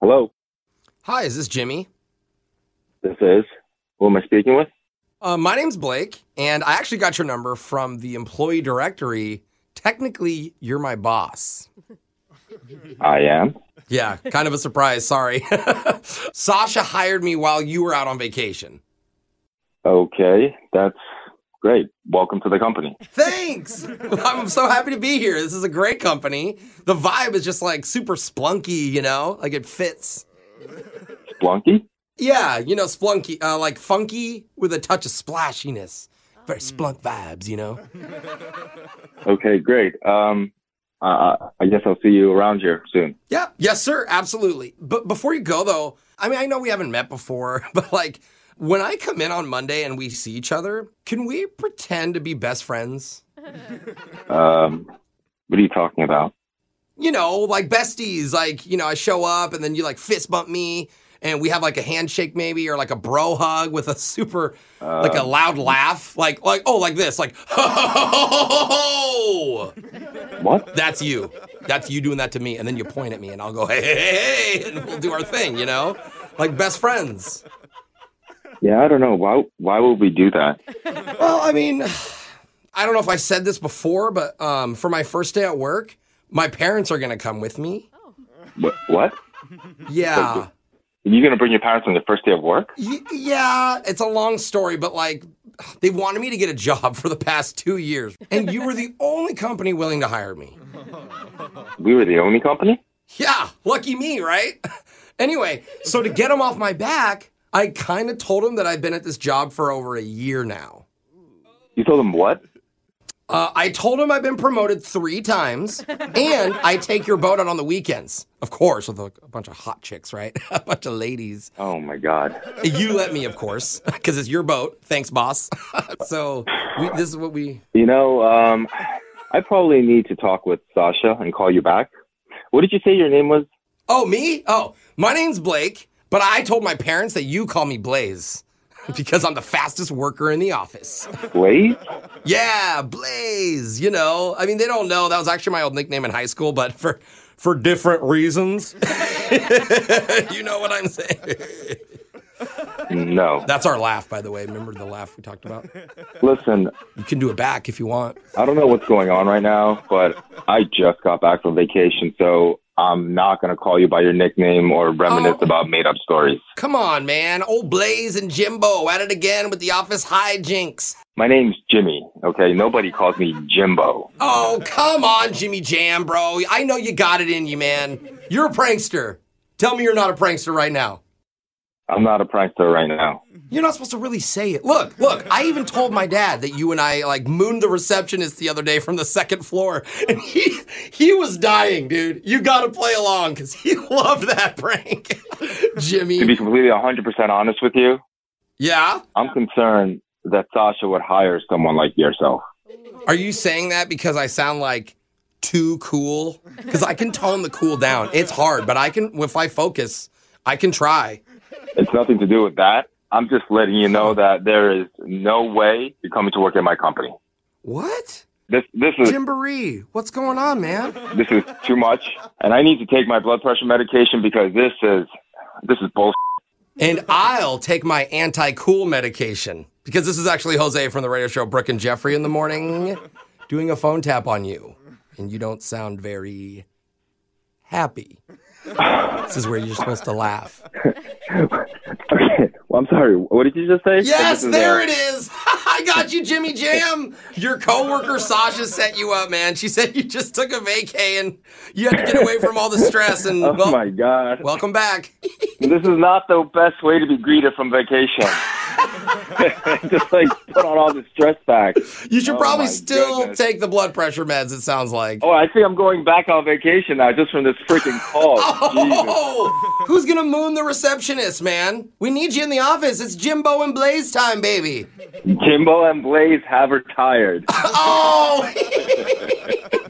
Hello, Hi, is this Jimmy? this is. Who am I speaking with? Uh, my name's Blake, and I actually got your number from the employee directory. Technically, you're my boss. I am. Yeah, kind of a surprise. Sorry. Sasha hired me while you were out on vacation. Okay, that's great. Welcome to the company. Thanks. I'm so happy to be here. This is a great company. The vibe is just like super splunky, you know? Like it fits. Splunky? Yeah, you know, splunky, uh, like funky with a touch of splashiness. Very splunk vibes, you know? Okay, great. Um, uh, I guess I'll see you around here soon. Yeah. Yes, sir. Absolutely. But before you go, though, I mean, I know we haven't met before, but like when I come in on Monday and we see each other, can we pretend to be best friends? Um, what are you talking about? You know, like besties. Like, you know, I show up and then you like fist bump me and we have like a handshake maybe or like a bro hug with a super, like a loud laugh. Like, like, oh, like this, like, What? that's you. That's you doing that to me. And then you point at me and I'll go, hey, hey, hey, and we'll do our thing, you know? Like best friends. Yeah, I don't know. Why? Why would we do that? Well, I mean, I don't know if I said this before, but um, for my first day at work, my parents are going to come with me. Wh- What? Yeah. You're gonna bring your parents on the first day of work? Y- yeah, it's a long story, but like, they wanted me to get a job for the past two years, and you were the only company willing to hire me. We were the only company. Yeah, lucky me, right? Anyway, so to get him off my back, I kind of told him that I've been at this job for over a year now. You told them what? Uh, I told him I've been promoted three times, and I take your boat out on the weekends. Of course, with a, a bunch of hot chicks, right? a bunch of ladies. Oh my god. You let me, of course, because it's your boat. Thanks, boss. so we, this is what we. You know, um, I probably need to talk with Sasha and call you back. What did you say your name was? Oh, me? Oh, my name's Blake, but I told my parents that you call me Blaze because I'm the fastest worker in the office. Blaze? Yeah, Blaze. You know, I mean, they don't know. That was actually my old nickname in high school, but for for different reasons. you know what I'm saying? No. That's our laugh, by the way. Remember the laugh we talked about? Listen, You can do it back if you want. I don't know what's going on right now, but I just got back from vacation, so I'm not going to call you by your nickname or reminisce Oh. about made up stories. Come on, man. Old Blaze and Jimbo at it again with the office hijinks. My name's Jimmy, okay? Nobody calls me Jimbo. Oh, come on, Jimmy Jam, bro. I know you got it in you, man. You're a prankster. Tell me you're not a prankster right now. I'm not a prankster right now. You're not supposed to really say it. Look, look, I even told my dad that you and I like mooned the receptionist the other day from the second floor. And he he was dying, dude. You gotta play along because he loved that prank. To be Jimmy. completely 100% honest with you, Yeah? I'm concerned that Sasha would hire someone like yourself. Are you saying that because I sound like too cool? Because I can tone the cool down. It's hard, but I can if I focus, I can try. It's nothing to do with that. I'm just letting you know that there is no way you're coming to work at my company. What? This this is Jimboree, what's going on, man? this is too much, and I need to take my blood pressure medication because this is this is bullshit. And I'll take my anti cool medication because this is actually Jose from the radio show Brooke and Jeffrey in the morning doing a phone tap on you. And you don't sound very happy. this is where you're supposed to laugh. Okay. Well, I'm sorry. What did you just say? Yes, there it is. I got you, Jimmy Jam. Your coworker Sasha set you up, man. She said you just took a vacay and you had to get away from all the stress. And Oh well, my god. welcome back. This is not the best way to be greeted from vacation. just like put on all the stress back. You should Oh probably my still goodness. take the blood pressure meds. It sounds like. Oh, I think I'm going back on vacation now just from this freaking call. Jesus. Oh, who's gonna moon the receptionist, man? We need you in the office. It's Jimbo and Blaze time, baby. Jimbo and Blaze have retired. Oh,